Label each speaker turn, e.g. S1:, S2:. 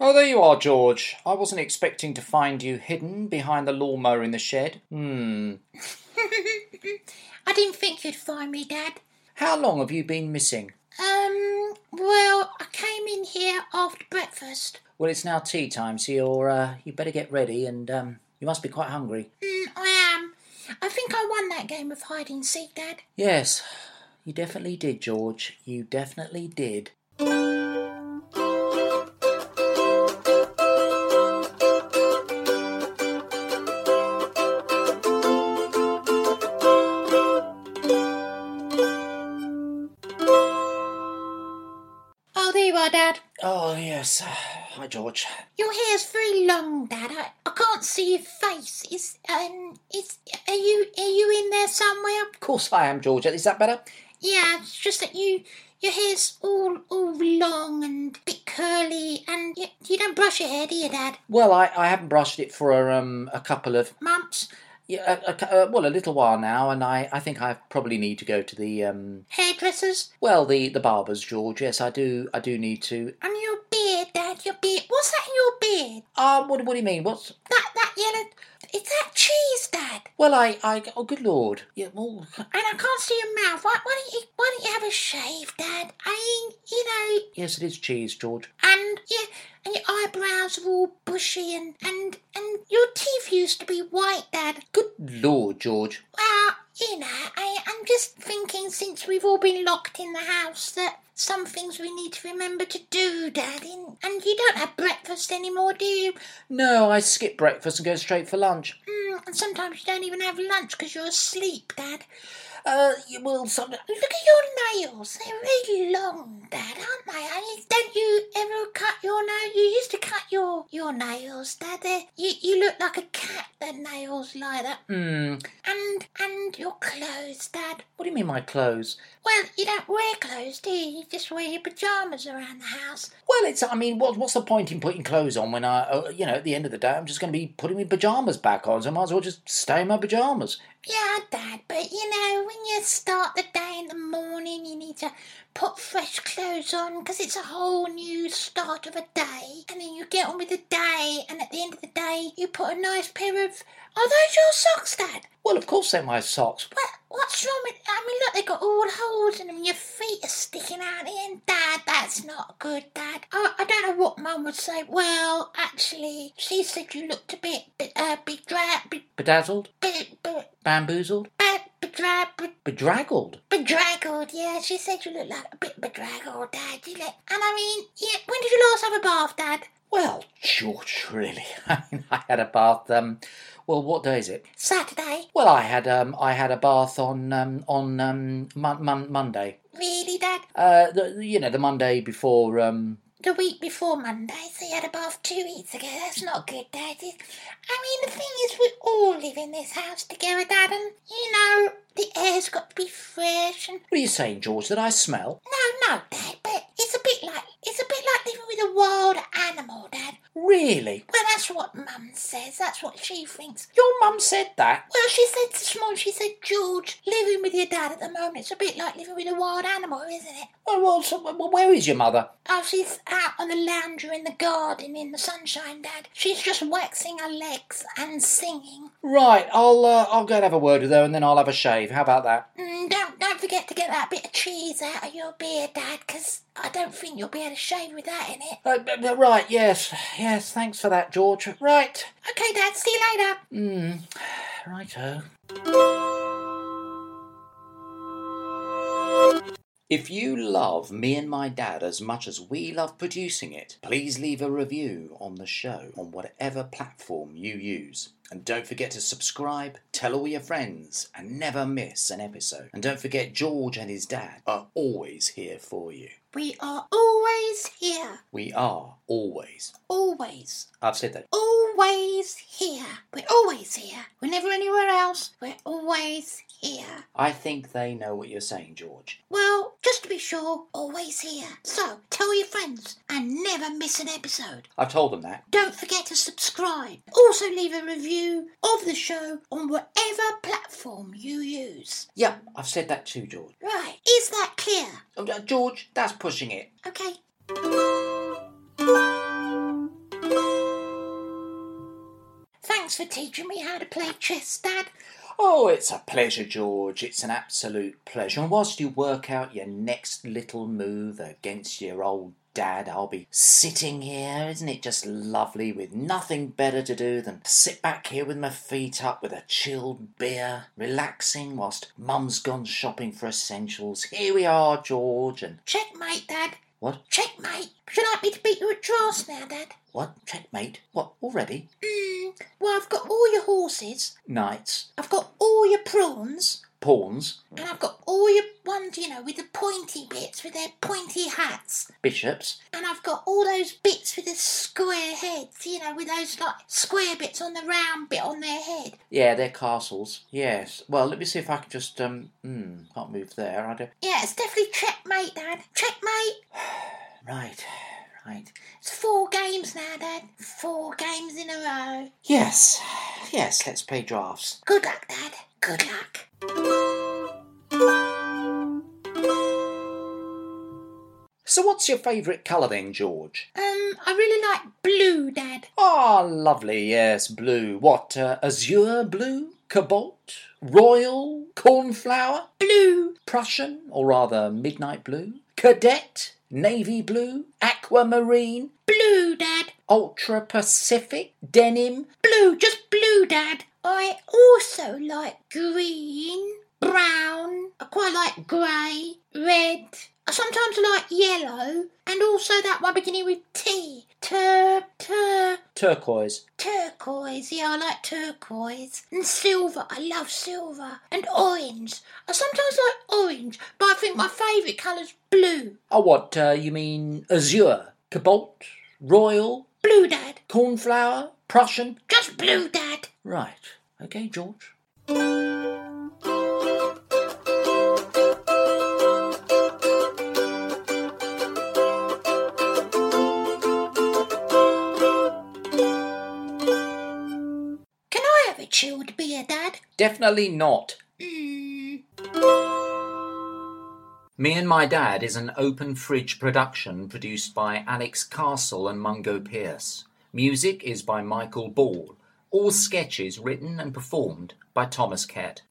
S1: Oh, there you are, George. I wasn't expecting to find you hidden behind the lawnmower in the shed. Hmm.
S2: I didn't think you'd find me, Dad.
S1: How long have you been missing?
S2: Um, well, I came in here after breakfast.
S1: Well, it's now tea time, so you're, uh, you better get ready and um, you must be quite hungry.
S2: Mm, I am. I think I won that game of hide and seek, Dad.
S1: Yes, you definitely did, George. You definitely did.
S2: Oh, there you are, Dad.
S1: Oh, yes. Hi, George.
S2: Your hair's very long, Dad. I, I can't see your face. Is um, is are you are you in there somewhere?
S1: Of course I am, George. Is that better?
S2: Yeah, it's just that you your hair's all all long and a bit curly, and you, you don't brush your hair, do you, Dad?
S1: Well, I, I haven't brushed it for um, a couple of
S2: Mumps,
S1: Yeah, a, a cou- uh, well, a little while now, and I, I think I probably need to go to the um,
S2: hairdressers,
S1: well, the the barbers, George. Yes, I do, I do need to.
S2: and your beard, Dad. Your beard. What's that in your beard?
S1: Ah, what what do you mean? What's
S2: That that yellow. It's that cheese, Dad.
S1: well, I I oh, good lord, yeah, well,
S2: And I can't see your mouth. Why, why don't you Why don't you have a shave, Dad? I mean, you know,
S1: yes, it is cheese, George.
S2: and yeah, and your eyebrows are all bushy, and and and your teeth used to be white, Dad.
S1: Good lord, George.
S2: Well, you know, I I'm just thinking since we've all been locked in the house that some things we need to remember to do, Dad. And, and you don't have breakfast anymore, do you?
S1: No, I skip breakfast and go straight for lunch.
S2: Mm, and sometimes you don't even have lunch because you're asleep, Dad.
S1: Uh, you- well, some
S2: Look at your nails. They're really long, Dad, aren't they? I mean, don't you ever cut your nails? You used to cut your, your nails, Dad. They're, you, you look like a cat, the nails like that.
S1: hmm,
S2: And and your clothes, Dad.
S1: what do you mean my clothes?
S2: Well, you don't wear clothes, do you? You just wear your pyjamas around the house.
S1: Well, it's I mean, what what's the point in putting clothes on when I uh, you know at the end of the day I'm just going to be putting my pajamas back on, so I might as well just stay in my pajamas.
S2: Yeah, Dad, but you know, when you start the day in the morning, you need to put fresh clothes on because it's a whole new start of a day. And then you get on with the day, and at the end of the day, you put a nice pair of. Are those your socks, Dad?
S1: Well, of course they're my socks.
S2: What, what's wrong with. I mean, look, they've got all holes in them, and your feet are sticking out in. Dad, that's not good, Dad. I, I don't know what Mum would say. Well, actually, she said you looked a bit. uh, bedra- be,
S1: Bedazzled,
S2: be, be,
S1: bamboozled,
S2: be, bedra- be,
S1: bedraggled.
S2: Bedraggled, yeah. She said you look like a bit bedraggled, Dad. You look, and I mean, yeah. When did you last have a bath, Dad?
S1: Well, George, really. I mean, I had a bath. Um, well, what day is it?
S2: Saturday,
S1: Well, I had um, I had a bath on um, on um, mon- mon- Monday.
S2: really, Dad?
S1: Uh, the, you know, the Monday before. Um,
S2: The week before Monday, so you had a bath two weeks ago. That's not good, Dad. It- I mean, the thing is, we all live in this house together, Dad, and you know, the air's got to be fresh. And
S1: what are you saying, George? That I smell?
S2: no, no, Dad, but it's a bit like it's a bit like living with a wild animal, Dad.
S1: Really?
S2: Well, that's what Mum says. That's what she thinks.
S1: Your mum said that.
S2: Well, she said this morning, she said, George, living with your dad at the moment, it's a bit like living with a wild animal, isn't it?
S1: Well, well, so, well where is your mother?
S2: Oh, she's out on the lounger in the garden in the sunshine, Dad. She's just waxing her legs and singing.
S1: Right, I'll uh, I'll go and have a word with her, and then I'll have a shave. How about that?
S2: Mm, don't, don't forget to get that bit of cheese out of your beard, Dad, 'cause I don't think you'll be able to shave with that in it.
S1: Uh, b- b- right, yes, yes. Thanks for that, George. Right.
S2: Okay, Dad, see you later.
S1: Mm, righto. If you love Me and My Dad as much as we love producing it, please leave a review on the show on whatever platform you use. And don't forget to subscribe, tell all your friends, and never miss an episode. And don't forget, George and his dad are always here for you.
S2: We are always here.
S1: We are always.
S2: Always.
S1: I've said that.
S2: Always here. We're always here. We're never anywhere else. We're always here.
S1: I think they know what you're saying, George.
S2: Well, just to be sure, always here. So tell your friends and never miss an episode.
S1: I've told them that.
S2: Don't forget to subscribe. Also, leave a review of the show on whatever platform you use.
S1: Yep, I've said that too, George.
S2: Right, is that clear?
S1: Oh, uh, George, that's pushing it.
S2: Okay. Thanks for teaching me how to play chess, Dad.
S1: Oh, it's a pleasure, George. It's an absolute pleasure. And whilst you work out your next little move against your old dad, I'll be sitting here. Isn't it just lovely with nothing better to do than sit back here with my feet up with a chilled beer, relaxing whilst mum's gone shopping for essentials. Here we are, George. And
S2: Checkmate, Dad.
S1: what?
S2: Checkmate. Would you like me to beat you at draws now, Dad?
S1: What? Checkmate? What? Already?
S2: Mm, well, I've got all your horses,
S1: Knights?
S2: I've got all your prawns,
S1: Pawns?
S2: and I've got all your ones, you know, with the pointy bits, with their pointy hats.
S1: Bishops?
S2: And I've got all those bits with the square heads, you know, with those like square bits on the round bit on their head.
S1: Yeah, they're castles. Yes. Well, let me see if I can just um. Hmm. Can't move there. I don't.
S2: Yeah, it's definitely checkmate, Dad. Checkmate.
S1: Right. Right.
S2: It's four games now, Dad. Four games in a row.
S1: Yes. Yes. Let's play drafts.
S2: Good luck, Dad. Good luck.
S1: So, what's your favourite colour then, George?
S2: Um, I really like blue, Dad.
S1: Ah, lovely. Yes, blue. What? Uh, azure blue, cobalt, royal, cornflower,
S2: Blue.
S1: Prussian, or rather midnight blue, cadet, navy blue, aquamarine,
S2: Blue, Dad.
S1: ultra Pacific, denim.
S2: Blue. Just blue, Dad. I also like green, brown. I quite like grey, red. I sometimes like yellow, and also that one beginning with T. Tur, tur,
S1: Turquoise.
S2: Turquoise, yeah, I like turquoise. And silver, I love silver. And orange. I sometimes like orange, but I think my favourite colour's blue.
S1: Oh, what? Uh, you mean azure, cobalt, royal,
S2: Blue, Dad.
S1: cornflower, Prussian?
S2: Just blue, Dad.
S1: Right. Okay, George.
S2: Can I have a chilled beer, Dad?
S1: Definitely not.
S2: Mmm.
S1: Me and My Dad is an open fridge production produced by Alex Castle and Mungo Pierce. Music is by Michael Ball. All sketches written and performed by Thomas Kett.